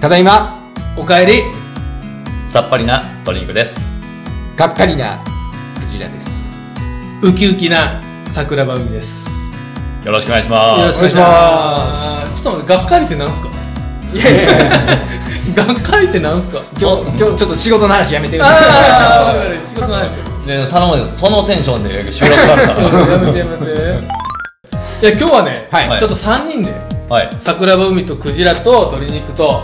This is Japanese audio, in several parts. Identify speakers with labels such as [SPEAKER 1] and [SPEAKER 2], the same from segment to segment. [SPEAKER 1] ただいま
[SPEAKER 2] おかえり
[SPEAKER 3] さっぱりなドリンクです
[SPEAKER 1] がっかりなクジラです
[SPEAKER 2] ウキウキな桜庭海です
[SPEAKER 3] よろしくお願いします
[SPEAKER 2] よろしくお願いしますちょっと待ってがっかりってなんすか
[SPEAKER 1] いやいやいや
[SPEAKER 2] がっかりってなんすか
[SPEAKER 1] 今日今日ちょっと仕事の話やめてくだ
[SPEAKER 2] ああ
[SPEAKER 1] さ
[SPEAKER 2] 分かる仕事ないですよ
[SPEAKER 3] で頼むですそのテンションで収録されたら
[SPEAKER 2] やめてやめていや今日はね、
[SPEAKER 1] はい
[SPEAKER 2] ちょっと3人で
[SPEAKER 3] はい
[SPEAKER 2] 桜庭海とクジラと鶏肉と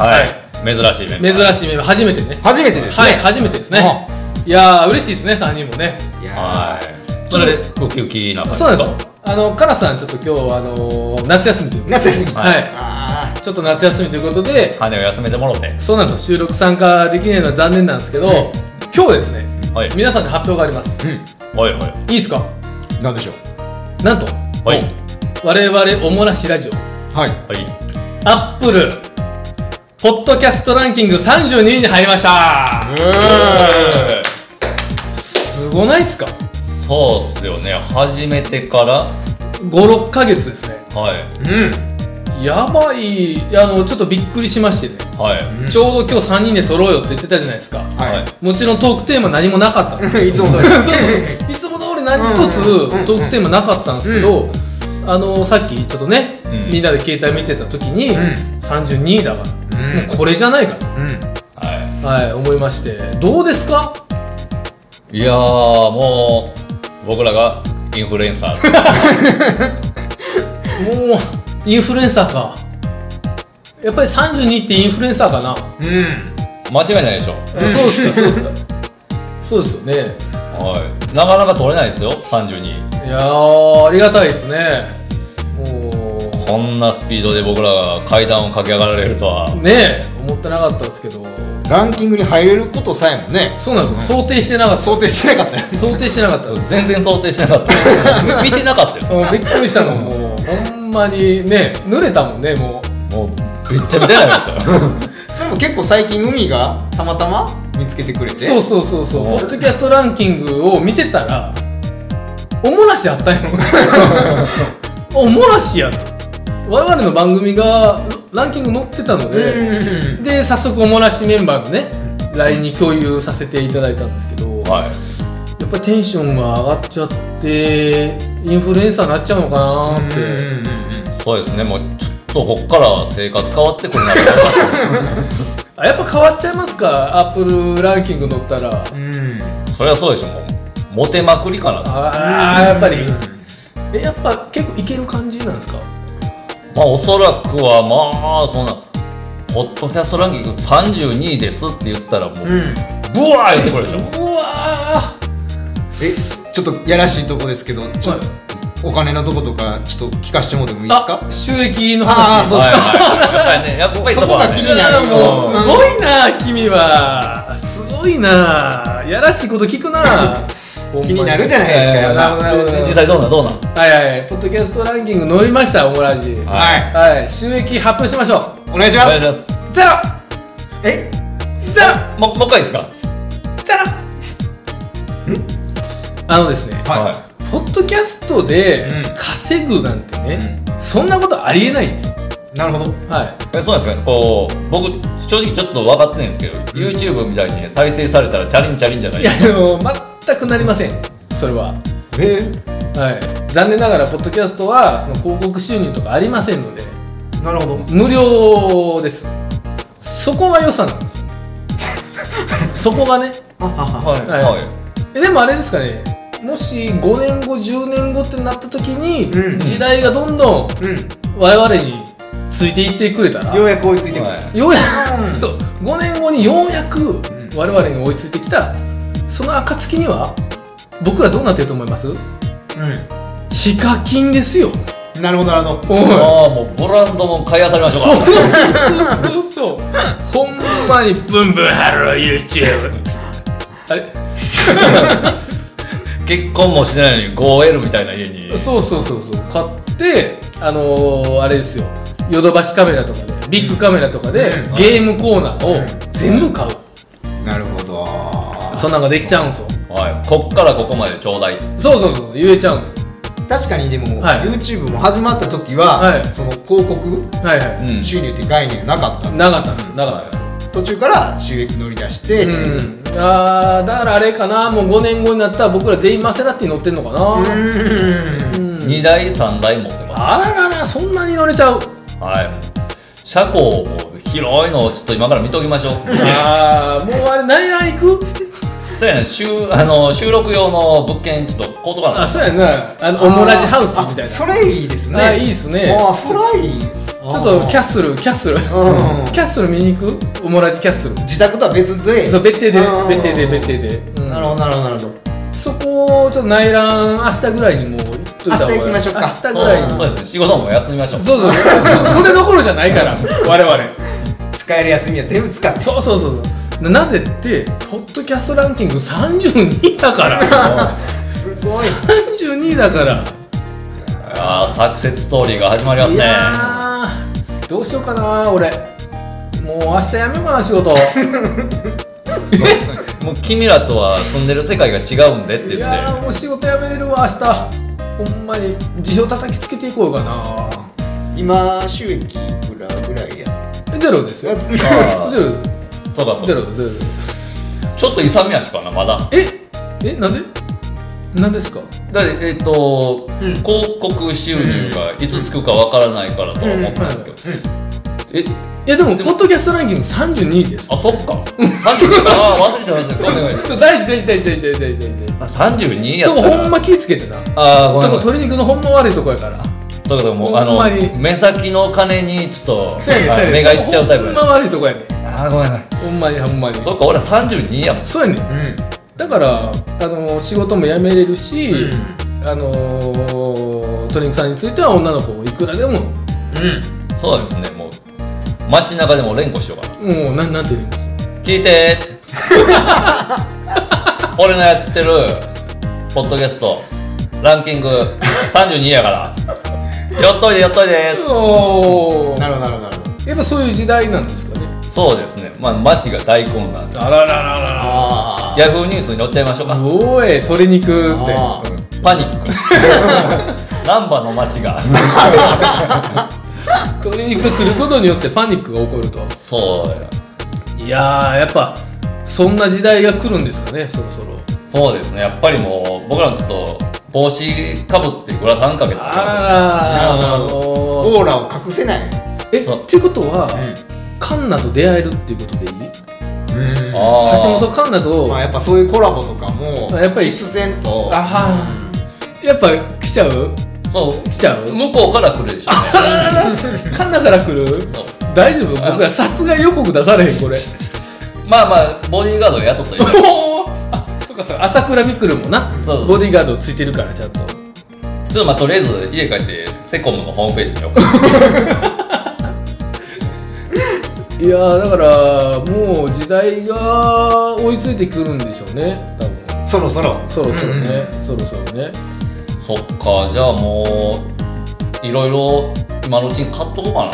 [SPEAKER 3] はい、珍しいメンバ
[SPEAKER 2] 珍
[SPEAKER 3] ー
[SPEAKER 2] しいメンバー初めてね
[SPEAKER 1] い初めてですね
[SPEAKER 2] はい初めてですねいやー嬉しいですね3人もね
[SPEAKER 1] いやー
[SPEAKER 3] はいそれでウキウキな感じ
[SPEAKER 2] そうなんですよあのカラスさんちょっと今日あのー夏休みということで
[SPEAKER 1] 夏休み
[SPEAKER 2] は
[SPEAKER 3] はい
[SPEAKER 2] い
[SPEAKER 1] あ
[SPEAKER 2] ちょっと夏休みということで、
[SPEAKER 3] 羽を休めてもろて
[SPEAKER 2] そうなんですよ、収録参加できないのは残念なんですけど、
[SPEAKER 1] うん
[SPEAKER 2] 今日ですね、
[SPEAKER 3] はい
[SPEAKER 2] 皆さんで発表があります。い
[SPEAKER 3] おいおい
[SPEAKER 2] いですか
[SPEAKER 1] ーなんでしょう
[SPEAKER 2] なんと、
[SPEAKER 3] おい
[SPEAKER 2] 我々おもらしラジオ、
[SPEAKER 1] はい
[SPEAKER 3] はい
[SPEAKER 2] アップル、ポッドキャストランキング32位に入りましたすごないっすか
[SPEAKER 3] そうっすよね始めてから
[SPEAKER 2] ?5、6ヶ月ですね。
[SPEAKER 3] はい
[SPEAKER 1] うん
[SPEAKER 2] やばい、いやあの、ちょっとびっくりしましてね、
[SPEAKER 3] はい、
[SPEAKER 1] うん
[SPEAKER 2] ちょうど今日3人で撮ろうよって言ってたじゃないですか。
[SPEAKER 3] は
[SPEAKER 1] はいい
[SPEAKER 2] もちろんトークテーマ何もなかったんです
[SPEAKER 1] いつも通り
[SPEAKER 2] そうそういつも通り何一つトークテーマなかったんですけど、あのさっきちょっとね、
[SPEAKER 3] うん
[SPEAKER 2] みんなで携帯見てた時に、
[SPEAKER 1] うん
[SPEAKER 2] 32位だから、
[SPEAKER 1] うん
[SPEAKER 2] もうこれじゃないかと、
[SPEAKER 1] う
[SPEAKER 3] は
[SPEAKER 2] はい、思いましてどうですか
[SPEAKER 3] い、いやーもう僕らがインフルエンサ ー
[SPEAKER 2] もうインフルエンサーかやっぱり32ってインフルエンサーかな、
[SPEAKER 1] んうん
[SPEAKER 3] 間違いないでしょ
[SPEAKER 2] そうですかそうですかそうですよね
[SPEAKER 3] はいなかなか取れないですよ32
[SPEAKER 2] いやーありがたいですねもう
[SPEAKER 3] こんなスピードで僕らが階段を駆け上がられるとは
[SPEAKER 2] ねえ思ってなかったですけど
[SPEAKER 1] ランキングに入れることさえもね
[SPEAKER 2] そうなんですよ、想定してなかった
[SPEAKER 1] 想定してなかったよ
[SPEAKER 2] 想定してなかった
[SPEAKER 3] 全然想定してなかった 見てなかったです
[SPEAKER 2] そうびっくりしたのもうほんまにね濡れたもんねもう
[SPEAKER 3] もうめっちゃめちゃになりましたよ
[SPEAKER 1] それも結構最近海がたまたま見つけてくれて
[SPEAKER 2] そうそうそうそう
[SPEAKER 3] も
[SPEAKER 2] ポ
[SPEAKER 3] う
[SPEAKER 2] ッドキャストランキングを見てたらおもらしあったん やろおもらしやと我々の番組がランキング載ってたの
[SPEAKER 1] うんうん
[SPEAKER 2] で、
[SPEAKER 1] うん
[SPEAKER 2] で早速おもらしメンバーのね LINE に共有させていただいたんですけど、
[SPEAKER 3] はい
[SPEAKER 2] やっぱりテンションが上がっちゃってインフルエンサーになっちゃうのかなって、
[SPEAKER 1] うんうんうん
[SPEAKER 3] そうですねもうちょっとこっから生活変わってくるなと思いまし
[SPEAKER 2] あやっぱ変わっちゃいますかアップルランキング載ったら
[SPEAKER 1] うん
[SPEAKER 3] たそれはそうでしょもうモテまくりかなと
[SPEAKER 2] ああやっぱりえやっぱ結構いける感じなんですか
[SPEAKER 3] まあおそらくはまあそんなポッドキャストランキング32位ですって言ったらもう、
[SPEAKER 1] うん
[SPEAKER 3] ブワー言ってくるでしょ
[SPEAKER 2] うわ
[SPEAKER 1] えちょっとやらしいとこですけどちょっとお金のとことかちょっと聞かしてもらってもいいです
[SPEAKER 2] あ
[SPEAKER 1] か
[SPEAKER 2] 収益の
[SPEAKER 1] あー
[SPEAKER 2] 話
[SPEAKER 1] そう
[SPEAKER 3] はい はいはいやっぱりねやっぱりそこは
[SPEAKER 1] そこが気
[SPEAKER 3] ね
[SPEAKER 1] になる
[SPEAKER 2] いやもうす
[SPEAKER 1] うん
[SPEAKER 2] ごいな君はすごいなやらしいこと聞くな
[SPEAKER 1] 気になるじゃないいですか
[SPEAKER 3] えー
[SPEAKER 1] やっぱ
[SPEAKER 2] なるほどなるほど
[SPEAKER 3] 実際どうなんどうなん
[SPEAKER 2] はいはいはいポッドキャストランキング乗りましたオムラジは
[SPEAKER 1] はい
[SPEAKER 2] い収益発表しましょ
[SPEAKER 1] お願いし
[SPEAKER 3] お
[SPEAKER 1] ま
[SPEAKER 3] 願いし
[SPEAKER 1] す
[SPEAKER 3] ます
[SPEAKER 2] うゼロ
[SPEAKER 1] え
[SPEAKER 2] ゼロ
[SPEAKER 3] ももう一回いいですか
[SPEAKER 2] ゼロあのですね
[SPEAKER 1] はい
[SPEAKER 2] ポッドキャストで
[SPEAKER 1] うん
[SPEAKER 2] 稼ぐなんてね、そんなことありえないんですよ
[SPEAKER 1] なるほど
[SPEAKER 2] はい
[SPEAKER 3] えそうなんですかねこう僕正直ちょっと分かってないんですけど、YouTube みたいに、ね、再生されたらチャリンチャリンじゃない
[SPEAKER 2] いやでも全くなりませんそれは、
[SPEAKER 1] え
[SPEAKER 2] はい、残念ながらポッドキャストはその広告収入とかありませんので
[SPEAKER 1] なるほど
[SPEAKER 2] 無料ですそこが良さなんですよ そこがね
[SPEAKER 1] あは
[SPEAKER 3] はい
[SPEAKER 2] はいえでもあれですかねもし5年後10年後ってなった時に、
[SPEAKER 1] うん
[SPEAKER 2] 時代がどんどん
[SPEAKER 1] うん
[SPEAKER 2] 我々についていってくれたら
[SPEAKER 1] よ
[SPEAKER 2] よ
[SPEAKER 1] う
[SPEAKER 2] う
[SPEAKER 1] やく追いついてくる
[SPEAKER 3] は
[SPEAKER 2] や
[SPEAKER 1] うん
[SPEAKER 2] くそう5年後にようやく
[SPEAKER 1] ん
[SPEAKER 2] 我々に追いついてきたその暁には僕らどうなってると思いますヒカキンですよ。
[SPEAKER 1] うんなるほどなるほど
[SPEAKER 2] おい。
[SPEAKER 3] い、ああもうブランドも買い漁りまし
[SPEAKER 2] そう
[SPEAKER 3] ょうか
[SPEAKER 2] そうそうそう。 ほんまにブンブンハロー YouTube。あれ
[SPEAKER 3] 結婚もしてないのに 5L みたいな家に
[SPEAKER 2] そうそうそうそう。買ってあのー、あれですよ。ヨドバシカメラとかでビッグカメラとかで、
[SPEAKER 1] うん
[SPEAKER 2] ゲームコーナー
[SPEAKER 1] う
[SPEAKER 2] を
[SPEAKER 1] ん
[SPEAKER 2] 全部買う。
[SPEAKER 1] なるほど
[SPEAKER 2] そんなんができちゃうんですよ。
[SPEAKER 3] はいこっからここまでちょうだい
[SPEAKER 2] そうそうそう言えちゃうんですよ。
[SPEAKER 1] 確かにでも、
[SPEAKER 2] はい
[SPEAKER 1] YouTube も始まった時は、
[SPEAKER 2] はい
[SPEAKER 1] その広告
[SPEAKER 2] はいは
[SPEAKER 3] うん
[SPEAKER 1] 収入っていう概念がなかった、
[SPEAKER 2] いなかったんですよなかったです
[SPEAKER 1] 途中から収益乗り出して、
[SPEAKER 2] うん、あーだからあれかなもう5年後になったら僕ら全員マセラティ乗ってんのかな
[SPEAKER 1] う
[SPEAKER 2] うん
[SPEAKER 3] 2台3台持ってます
[SPEAKER 2] あらららそんなに乗れちゃう
[SPEAKER 3] はい車庫も広いのをちょっと今から見ておきましょう
[SPEAKER 2] ああもうあれ何々行く
[SPEAKER 3] そうやね収あの収録用の物件ちょっと買うとかな
[SPEAKER 2] あそうやなあのオムラジハウスみたい
[SPEAKER 1] あ
[SPEAKER 2] な
[SPEAKER 1] それいいですね
[SPEAKER 2] あいいっすね
[SPEAKER 1] あそれいいち
[SPEAKER 2] ちょっとキャッスルキャッスル
[SPEAKER 1] うん
[SPEAKER 2] キャッスル見に行くオムラジキャッスル
[SPEAKER 1] 自宅とは別で
[SPEAKER 2] そう別邸で
[SPEAKER 1] うん
[SPEAKER 2] 別邸で別邸で、うん
[SPEAKER 1] なるほどなるほどなるほど
[SPEAKER 2] そこをちょっと内覧明日ぐらいにもう行っといた
[SPEAKER 1] 明
[SPEAKER 2] 方が
[SPEAKER 1] 日行きましょうか
[SPEAKER 2] 明日ぐ
[SPEAKER 3] そう
[SPEAKER 2] らいに
[SPEAKER 3] そうですね仕事も休みましょう
[SPEAKER 2] そうそうそうそれどころじゃないから我々
[SPEAKER 1] 使える休みは全部使って
[SPEAKER 2] そうそうそうそうななぜってポッドキャストランキング32位だから
[SPEAKER 1] すごい
[SPEAKER 2] 32位だから
[SPEAKER 3] あーサクセスストーリーが始まります
[SPEAKER 2] い
[SPEAKER 3] ね
[SPEAKER 2] やーどうしようかな俺もう明日やめようかな仕 事
[SPEAKER 3] もう君らとは住んでる世界が違うんでって
[SPEAKER 2] い
[SPEAKER 3] 言っ
[SPEAKER 2] や
[SPEAKER 3] て
[SPEAKER 2] ーもう仕事やめれるわ明日ほんまに辞表叩きつけていこうかな
[SPEAKER 1] 今収益いくらぐらいや
[SPEAKER 2] ゼロですよゼロ
[SPEAKER 3] あー
[SPEAKER 2] ゼ
[SPEAKER 3] そうか
[SPEAKER 2] ロ
[SPEAKER 3] そ
[SPEAKER 2] ゼ
[SPEAKER 3] うか
[SPEAKER 2] ロゼロ
[SPEAKER 3] ちょっと勇み足かなまだ
[SPEAKER 2] ええなんでなんですか
[SPEAKER 3] だってえっ、と、
[SPEAKER 1] うん
[SPEAKER 3] 広告収入がいつつくかわからないからとは思ったんですけど、え
[SPEAKER 2] いやでも
[SPEAKER 3] でも
[SPEAKER 2] ポッドキャストランキング32位です
[SPEAKER 3] あそっか30あー忘れてましたごめんごめん
[SPEAKER 2] ちょ大事大事大事大事大事大事大事
[SPEAKER 3] あ32や
[SPEAKER 2] そ
[SPEAKER 3] っ
[SPEAKER 2] こ
[SPEAKER 3] たら
[SPEAKER 2] ほんま気ぃつけてな
[SPEAKER 3] あーごめ
[SPEAKER 2] そ
[SPEAKER 3] ん
[SPEAKER 2] こ
[SPEAKER 3] ご
[SPEAKER 2] 鶏
[SPEAKER 3] めん
[SPEAKER 2] 肉のほんま悪いとこやから
[SPEAKER 3] だけどもう
[SPEAKER 2] ほ
[SPEAKER 3] あ
[SPEAKER 2] んまに
[SPEAKER 3] の目先の金にちょっと
[SPEAKER 2] そうやねんそうやねん
[SPEAKER 3] 目がいっちゃうタイプ
[SPEAKER 2] ほんま
[SPEAKER 3] だ
[SPEAKER 2] 悪いとこやねん
[SPEAKER 3] あーごめんごめん
[SPEAKER 2] ほんまにほんまに
[SPEAKER 3] そっか俺は32やもん
[SPEAKER 2] そうやねんだからあの仕事も辞めれるし、
[SPEAKER 1] うん
[SPEAKER 2] あの鶏肉さんについては女の子をいくらでもも
[SPEAKER 1] うん
[SPEAKER 3] そうなんですねもう街中でも連呼しようかな
[SPEAKER 2] うなんなんて言うんです
[SPEAKER 3] 聞いて俺のやってるポッドキャストランキング32やからやっといでやっといで
[SPEAKER 2] お
[SPEAKER 1] なるほどなるほどなるほど
[SPEAKER 2] やっぱそういう時代なんですかね
[SPEAKER 3] そうですねまあ街が大混乱
[SPEAKER 2] あららららら
[SPEAKER 1] あ
[SPEAKER 3] ヤフーニュースに載っちゃいましょうか
[SPEAKER 2] おい鶏肉って
[SPEAKER 1] あー
[SPEAKER 3] パニック難波の街が
[SPEAKER 2] 鶏肉来ることによってパニックが起こると
[SPEAKER 3] そうや
[SPEAKER 2] いやーやっぱそんな時代が来るんですかねそろそろ
[SPEAKER 3] そうですねやっぱりもう僕らもちょっと帽子かぶってグラサンかけて
[SPEAKER 2] あらら
[SPEAKER 1] な
[SPEAKER 2] ら
[SPEAKER 1] るほ
[SPEAKER 2] ほ
[SPEAKER 1] オーラを隠せない
[SPEAKER 2] え
[SPEAKER 3] そう
[SPEAKER 2] ってことは、
[SPEAKER 1] う
[SPEAKER 2] カンナと出会えるっていうことでいい
[SPEAKER 1] んあ
[SPEAKER 3] あー
[SPEAKER 2] 橋本カンナと、
[SPEAKER 1] まあやっぱそういうコラボとかも
[SPEAKER 2] やっぱり
[SPEAKER 1] 必然と
[SPEAKER 2] あーやっぱ来ちゃう
[SPEAKER 3] そ
[SPEAKER 2] 来ち ゃう
[SPEAKER 3] う向こうから来るでしょうね
[SPEAKER 2] あらららカンナから来る
[SPEAKER 3] そう
[SPEAKER 2] 大丈夫僕ら殺害予告出されへんこ れ
[SPEAKER 3] まあまあボディーガード雇ったらいい から
[SPEAKER 2] おーあそっかそっか朝倉未来もな
[SPEAKER 3] そう
[SPEAKER 2] ボディーガードついてるからちゃんと
[SPEAKER 3] ちょっとまあとりあえず家帰ってセコムのホームページに送る
[SPEAKER 2] いやーだからもう時代が追いついてくるんでしょうね多分
[SPEAKER 1] そろそろ
[SPEAKER 2] そろそろね、そろそろね
[SPEAKER 3] そっかじゃあもういろいろ今のうちに買っとこうか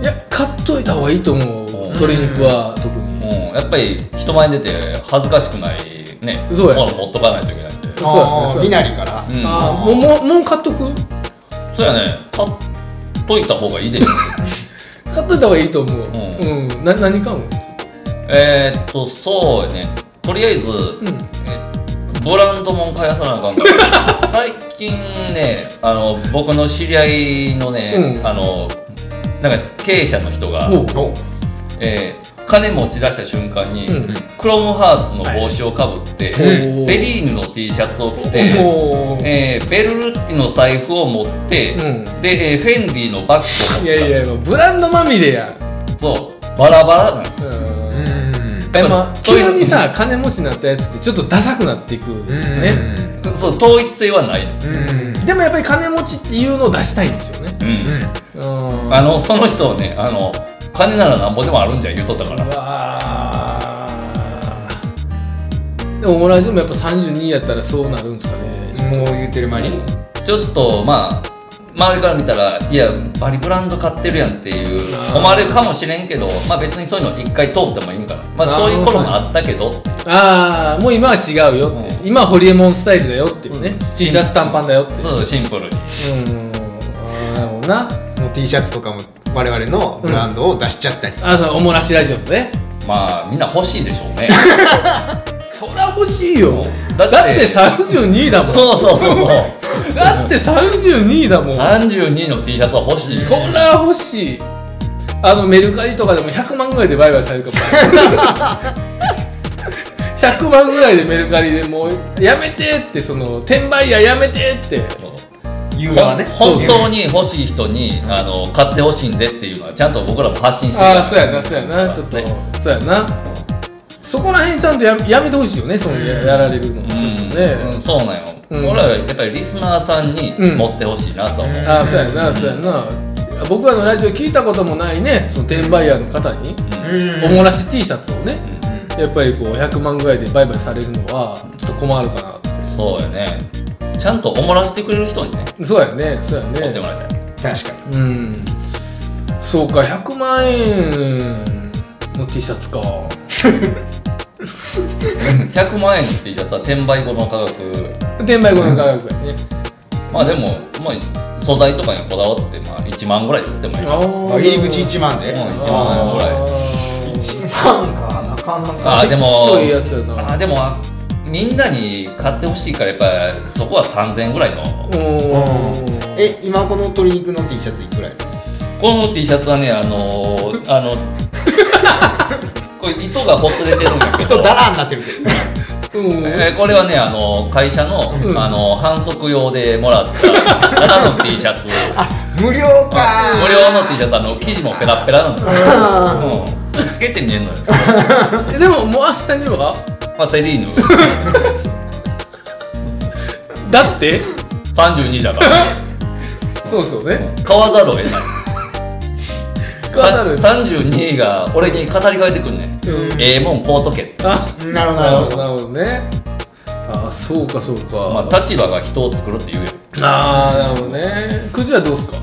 [SPEAKER 2] いや買っといた方がいいと思う鶏肉は特に
[SPEAKER 3] な、うん、やっぱり人前に出て恥ずかしくないね
[SPEAKER 2] そうや
[SPEAKER 3] もの持っとかないといけないんで
[SPEAKER 2] そうやね
[SPEAKER 1] あー
[SPEAKER 2] そうやね
[SPEAKER 1] みなりから
[SPEAKER 3] うん
[SPEAKER 2] ああもうもうもう買っとく
[SPEAKER 3] そうやね買っといた方が いいでしょ
[SPEAKER 2] 買っといた方がいいと思ううんん、な何買うの
[SPEAKER 3] えーっとそうやねとりあえず、
[SPEAKER 2] うん
[SPEAKER 3] えブランドもん買いさなあか んから最近ねあの僕の知り合いのね、
[SPEAKER 2] うん
[SPEAKER 3] あのなんか経営者の人が、
[SPEAKER 2] おう
[SPEAKER 1] お
[SPEAKER 3] えー金持ち出した瞬間に、
[SPEAKER 2] うん
[SPEAKER 3] クロムハーツの帽子をかぶって、
[SPEAKER 2] はい
[SPEAKER 3] セリーヌの T シャツを着て、
[SPEAKER 2] おー
[SPEAKER 3] えーベルルッティの財布を持って、
[SPEAKER 2] うん
[SPEAKER 3] で、えーフェンディのバッグを持って
[SPEAKER 2] いやいやもうブランドまみれや
[SPEAKER 3] そうバラバラなの
[SPEAKER 2] うん
[SPEAKER 1] うん
[SPEAKER 2] でも
[SPEAKER 3] そういうの
[SPEAKER 2] 急にさ金持ちになったやつってちょっとダサくなっていくよね
[SPEAKER 3] そう統一性はないの、
[SPEAKER 1] うん
[SPEAKER 2] でもやっぱり金持ちっていうのを出したいんですよね
[SPEAKER 3] うん
[SPEAKER 1] う
[SPEAKER 2] うん
[SPEAKER 3] あのその人をねあの金ならなんぼでもあるんじゃん言うとったから
[SPEAKER 2] うわーでもオムラジオもやっぱ32やったらそうなるんですかね
[SPEAKER 1] んもう言うてる間に
[SPEAKER 3] ちょっとまあ周りから見たらいやバリブランド買ってるやんっていう
[SPEAKER 2] あー
[SPEAKER 3] 思われるかもしれんけど、まあ、別にそういうの一回通ってもいいから、まあ、そういう頃もあったけどって
[SPEAKER 2] ああもう今は違うよって、
[SPEAKER 3] う
[SPEAKER 2] 今はホリエモンスタイルだよっていうね、T シャツ短パンだよって
[SPEAKER 3] そうそうシンプル
[SPEAKER 2] う
[SPEAKER 3] に
[SPEAKER 2] んあーなるほどな
[SPEAKER 1] もう T シャツとかも我々のブランドを出しちゃったり、
[SPEAKER 2] あそうおもらしラジオのね
[SPEAKER 3] まあみんな欲しいでしょうね
[SPEAKER 2] そりゃ欲しいよ
[SPEAKER 3] だ
[SPEAKER 2] だ
[SPEAKER 3] っ
[SPEAKER 2] ってて32位だもん
[SPEAKER 3] そうそうそうそう
[SPEAKER 2] だって32位だもん
[SPEAKER 3] 32の T シャツは欲しい
[SPEAKER 2] そりゃ欲しいあのメルカリとかでも100万ぐらいで売買されるかも 100万ぐらいでメルカリでもうやめてってその転売屋やめてって
[SPEAKER 1] 言う
[SPEAKER 3] ほ
[SPEAKER 1] は
[SPEAKER 3] ん
[SPEAKER 1] ね
[SPEAKER 3] 本当に欲しい人にあの買ってほしいんでっていうのはちゃんと僕らも発信して
[SPEAKER 2] ああそうやなそうやなちょっと
[SPEAKER 3] ね
[SPEAKER 2] そうやなそこら辺ちゃんとややめてほしいよねそのややられるの
[SPEAKER 3] うん、
[SPEAKER 2] ね
[SPEAKER 3] うんそうなんよ、
[SPEAKER 2] うん
[SPEAKER 3] 俺らはやっぱりリスナーさんに
[SPEAKER 2] うん
[SPEAKER 3] 持ってほしいなと思う、
[SPEAKER 1] うん
[SPEAKER 2] ああそうやなそうやな僕らのラジオ聞いたこともないねその転売屋の方に
[SPEAKER 3] うんう
[SPEAKER 2] お
[SPEAKER 3] ん
[SPEAKER 2] もらし T シャツをね
[SPEAKER 1] うん
[SPEAKER 2] やっぱりこう100万ぐらいで売買されるのはちょっと困るかなっ
[SPEAKER 3] そうよねちゃんとおもらしてくれる人にね
[SPEAKER 2] てそうやねそう
[SPEAKER 3] 持
[SPEAKER 2] や
[SPEAKER 3] って
[SPEAKER 2] ね
[SPEAKER 3] もらいたい
[SPEAKER 1] 確かに
[SPEAKER 2] うんそうか100万円の T シャツか
[SPEAKER 3] 100万円の T シャツは転売後の価格
[SPEAKER 2] 転売後の価格やね
[SPEAKER 3] まあでも、まあ、素材とかにこだわって、まあ、1万ぐらいで売ってもいい
[SPEAKER 2] あ
[SPEAKER 1] まあ
[SPEAKER 2] ー
[SPEAKER 1] 入り口1万で、
[SPEAKER 3] うん
[SPEAKER 1] 一
[SPEAKER 3] 1万円ぐらい
[SPEAKER 2] あー
[SPEAKER 1] 万かなかな
[SPEAKER 3] あーでも
[SPEAKER 2] そういうやつやな
[SPEAKER 3] あーでもあみんなに買ってほしいからやっぱそこは3000円ぐらいの
[SPEAKER 2] うーん
[SPEAKER 1] え今この鶏肉の T シャツいくらやった
[SPEAKER 3] この T シャツはねあのー、 あのこれ糸がほつれてるんだけど
[SPEAKER 1] らになってるけど
[SPEAKER 2] うん
[SPEAKER 3] えーこれはねあのー会社の,、
[SPEAKER 2] うん
[SPEAKER 3] あのー反則用でもらったダラの T シャツ
[SPEAKER 1] 無料か
[SPEAKER 3] 無料の T シャツあの生地もペラッペラなんですよ、
[SPEAKER 1] あ
[SPEAKER 3] うん、透けて見えるのよ、
[SPEAKER 2] えでももう明日には
[SPEAKER 3] まあ、セリーヌ
[SPEAKER 2] だって
[SPEAKER 3] 32だから、
[SPEAKER 2] そうですよね
[SPEAKER 3] 買わざるを得ない
[SPEAKER 2] 買わざるを得
[SPEAKER 3] さ32が俺に語りかけてくんねん
[SPEAKER 2] うん
[SPEAKER 3] ええもん買うとけって
[SPEAKER 2] あ
[SPEAKER 1] ーなるほどな
[SPEAKER 2] なる
[SPEAKER 1] るほ
[SPEAKER 2] ほど
[SPEAKER 1] ど
[SPEAKER 2] なるほどねあーそうかそうか、
[SPEAKER 3] まあ立場が人を作るって言うよ
[SPEAKER 2] あーなるほどねくじはどうっすか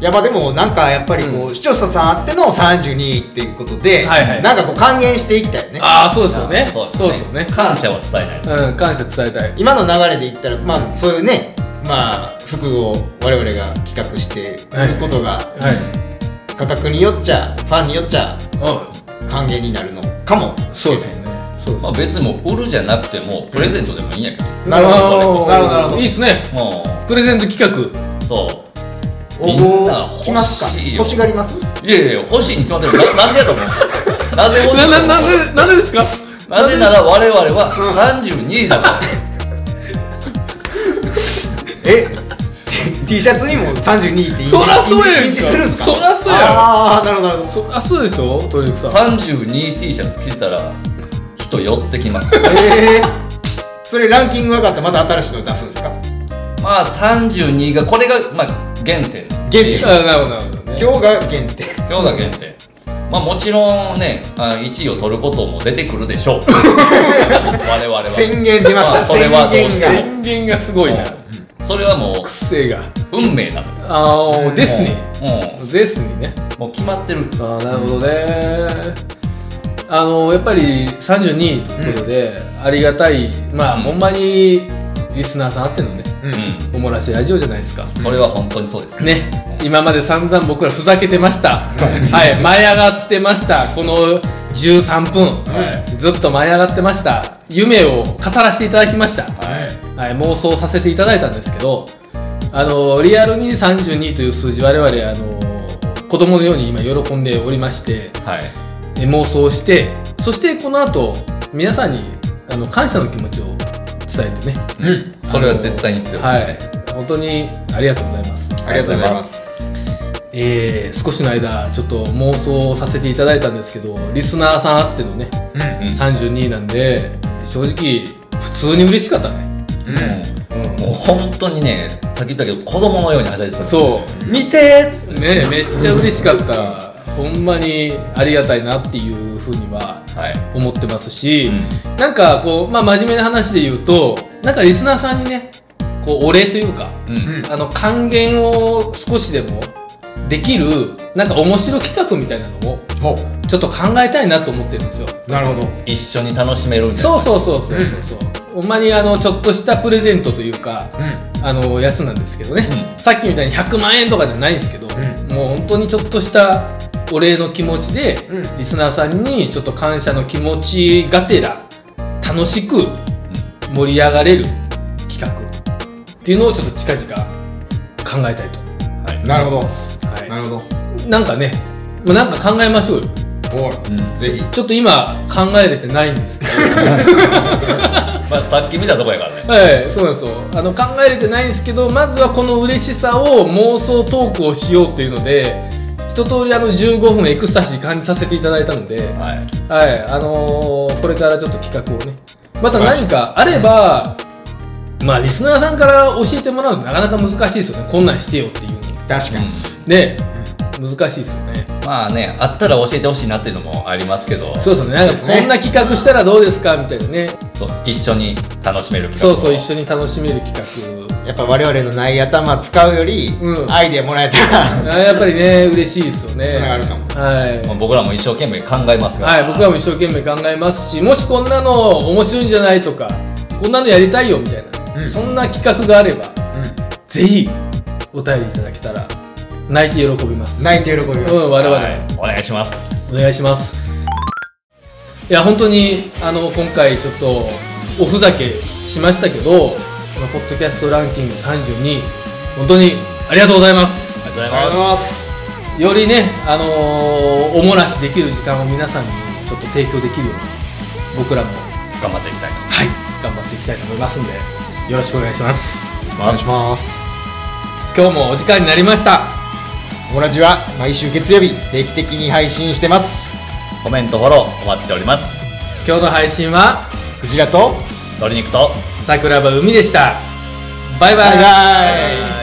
[SPEAKER 1] いやまあでもなんかやっぱりこう、
[SPEAKER 2] う
[SPEAKER 1] 視聴者さんあっての32っていうことで、
[SPEAKER 2] はいはい
[SPEAKER 1] なんかこう還元していきたいね
[SPEAKER 2] ああそうですよね
[SPEAKER 3] そう
[SPEAKER 2] そう
[SPEAKER 3] で
[SPEAKER 2] ですす
[SPEAKER 3] よ
[SPEAKER 2] よ
[SPEAKER 3] ね
[SPEAKER 2] ね
[SPEAKER 3] 感謝は伝えないと
[SPEAKER 2] うん感謝伝えたい
[SPEAKER 1] 今の流れで言ったらまあそういうねまあ服を我々が企画していることが、
[SPEAKER 2] はい
[SPEAKER 1] 価格によっちゃファンによっちゃ
[SPEAKER 2] う
[SPEAKER 1] 還元になるのかも
[SPEAKER 2] んそうですよねそうです
[SPEAKER 3] まあ、別にもう売るじゃなくてもプレゼントでもいいんやけど、
[SPEAKER 1] なるほど
[SPEAKER 2] あー
[SPEAKER 1] なるほどなるほど
[SPEAKER 2] いいっすね
[SPEAKER 3] も
[SPEAKER 2] プレゼント企画
[SPEAKER 3] うそ
[SPEAKER 1] 応
[SPEAKER 3] うみんな
[SPEAKER 1] 募来ますか
[SPEAKER 3] 欲しいよ
[SPEAKER 1] 欲しがります
[SPEAKER 3] いやいや欲しいに決まってるななんでやと思 うなぜ欲しい
[SPEAKER 2] な
[SPEAKER 3] と思
[SPEAKER 2] な
[SPEAKER 3] う
[SPEAKER 2] なぜなぜですか
[SPEAKER 3] なぜなら我々は32だから
[SPEAKER 1] え T シャツにも32って印字
[SPEAKER 2] そらそうやんか
[SPEAKER 1] 印字するんすか
[SPEAKER 2] そらそうやん
[SPEAKER 1] ああなるほどなるほど
[SPEAKER 2] そりゃそうでしょトリュクさん
[SPEAKER 3] 32T シャツ着てたら人寄ってきます
[SPEAKER 1] えー、それランキング上がったらまた新しいの出すんですか
[SPEAKER 3] まあ32がこれがまあ原点
[SPEAKER 1] 原点
[SPEAKER 2] あーなるほどなるほどね
[SPEAKER 1] 今日が原点
[SPEAKER 3] 今日が原点まあもちろんねあ1位を取ることも出てくるで しょう我々は
[SPEAKER 1] 宣言出まし
[SPEAKER 3] あ
[SPEAKER 1] た
[SPEAKER 3] それ
[SPEAKER 1] 宣
[SPEAKER 3] はどう
[SPEAKER 1] 言
[SPEAKER 3] して
[SPEAKER 1] が
[SPEAKER 2] 宣言がすごいな
[SPEAKER 3] うんそれはもう
[SPEAKER 2] 癖が
[SPEAKER 3] 運命なのよ
[SPEAKER 2] ああデスニー
[SPEAKER 3] も
[SPEAKER 2] ゼスにね
[SPEAKER 3] うもう決まってる
[SPEAKER 2] ああなるほどねあのやっぱり32ということで、ありがたいまあ、
[SPEAKER 3] うん
[SPEAKER 2] ほんまにリスナーさんあってのね
[SPEAKER 1] うん
[SPEAKER 3] う
[SPEAKER 2] おもらしラジオじゃないですか
[SPEAKER 3] んそれは本当にそうです
[SPEAKER 2] ね今まで散々僕らふざけてま したはい舞い上がってましたこの13分、
[SPEAKER 3] は
[SPEAKER 2] ずっと舞い上がってました夢を語らせていただきました、
[SPEAKER 3] はい
[SPEAKER 2] はい、妄想させていただいたんですけどあのリアルに32という数字我々あの子供のように今喜んでおりまして
[SPEAKER 3] はい
[SPEAKER 2] え妄想してそしてこの後皆さんにあの感謝の気持ちを伝えてね
[SPEAKER 1] うん
[SPEAKER 3] それは絶対に必要
[SPEAKER 2] はい本当にありがとうございます、
[SPEAKER 1] ありがとうございます
[SPEAKER 2] えー少しの間ちょっと妄想をさせていただいたんですけどリスナーさんあってのね
[SPEAKER 1] うん
[SPEAKER 3] うん
[SPEAKER 2] 32なんで正直普通に嬉しかったね、うん
[SPEAKER 3] もう本当にねさっき言ったけど子供のようにはしゃいでた
[SPEAKER 2] そう
[SPEAKER 1] 見てー
[SPEAKER 2] ねめっちゃ嬉しかったほんまにありがたいなっていうふうには
[SPEAKER 3] はい
[SPEAKER 2] 思ってますし、
[SPEAKER 3] うん
[SPEAKER 2] なんかこう、まあ、真面目な話で言うとなんかリスナーさんにねこうお礼というか
[SPEAKER 3] うんうん
[SPEAKER 2] あの還元を少しでもできるなんか面白企画みたいなのを
[SPEAKER 1] ほ
[SPEAKER 2] ちょっと考えたいなと思ってるんですよ。
[SPEAKER 1] なるほど
[SPEAKER 3] 一緒に楽しめるみたいな
[SPEAKER 2] そうそうそうそうそうそう、ほんまにあのちょっとしたプレゼントというか
[SPEAKER 1] うん
[SPEAKER 2] あのやつなんですけどね、
[SPEAKER 3] う
[SPEAKER 2] さっきみたいに100万円とかじゃないんですけど、
[SPEAKER 1] ん
[SPEAKER 2] もう本当にちょっとしたお礼の気持ちで、
[SPEAKER 1] うん
[SPEAKER 2] リスナーさんにちょっと感謝の気持ちがてら楽しく盛り上がれる企画っていうのをちょっと近々考えたいと。
[SPEAKER 3] はい
[SPEAKER 1] なるほど
[SPEAKER 2] はい
[SPEAKER 1] なるほど
[SPEAKER 2] なんかね、まあ、なんか考えましょうよ。
[SPEAKER 1] おい
[SPEAKER 3] うん
[SPEAKER 1] ぜひ
[SPEAKER 2] ちょっと今考えれてないんですけ ど。
[SPEAKER 3] まあ、さっき見たとこやからね
[SPEAKER 2] はい、そうなんですよ。あの考えれてないんですけど、まずはこの嬉しさを妄想トークをしようっていうので、一通りあの15分エクスタシー感じさせていただいたので、
[SPEAKER 3] はい
[SPEAKER 2] はい、あのーこれからちょっと企画をね、また何かあれば、まあリスナーさんから教えてもらうのってなかなか難しいですよね。こんなんしてよっていうの。
[SPEAKER 1] 確かに
[SPEAKER 2] ね、難しいですよね。
[SPEAKER 3] まあねあったら教えてほしいなっていうのもありますけど
[SPEAKER 2] そうそうね、なんかこんな企画したらどうですかみたいなね。
[SPEAKER 3] そう一緒に楽しめる企画
[SPEAKER 2] そうそう、一
[SPEAKER 3] 緒
[SPEAKER 2] 緒に楽しめる企画。
[SPEAKER 1] やっぱ我々のない頭使うより
[SPEAKER 2] うん
[SPEAKER 1] アイデアもらえたら
[SPEAKER 2] あやっぱりね、嬉しいですよね。
[SPEAKER 1] それはあるかも
[SPEAKER 2] はい。
[SPEAKER 3] 僕らも一生懸命考えますから
[SPEAKER 2] はい、僕らも一生懸命考えますし、もしこんなの面白いんじゃないとか、こんなのやりたいよみたいな、
[SPEAKER 1] うん
[SPEAKER 2] そんな企画があれば、
[SPEAKER 1] うん
[SPEAKER 2] ぜひお便りいただけたら、泣いて喜びます。
[SPEAKER 1] 泣いて喜びます
[SPEAKER 2] うん、我々、
[SPEAKER 3] はいお願いします
[SPEAKER 2] お願いします。いや、本当に、あの、今回ちょっと、おふざけしましたけど、このポッドキャストランキング32、本当にありがとうございます。
[SPEAKER 3] ありがとう
[SPEAKER 1] あ
[SPEAKER 3] ございます
[SPEAKER 1] ます
[SPEAKER 2] よりね、あのーおもらしできる時間を皆さんにちょっと提供できるように僕らも、
[SPEAKER 3] 頑張っていきたいと
[SPEAKER 2] はい、頑張っていきたいと思いますんでよろしくお願いします
[SPEAKER 1] お願いします
[SPEAKER 2] 今日もお時間になりました
[SPEAKER 1] 友達は毎週月曜日定期的に配信してます
[SPEAKER 3] コメントフォローお待ちしております
[SPEAKER 2] 今日の配信は
[SPEAKER 1] クジラと
[SPEAKER 3] 鶏肉と
[SPEAKER 2] 桜庭海でしたバイバイ
[SPEAKER 1] バイバイ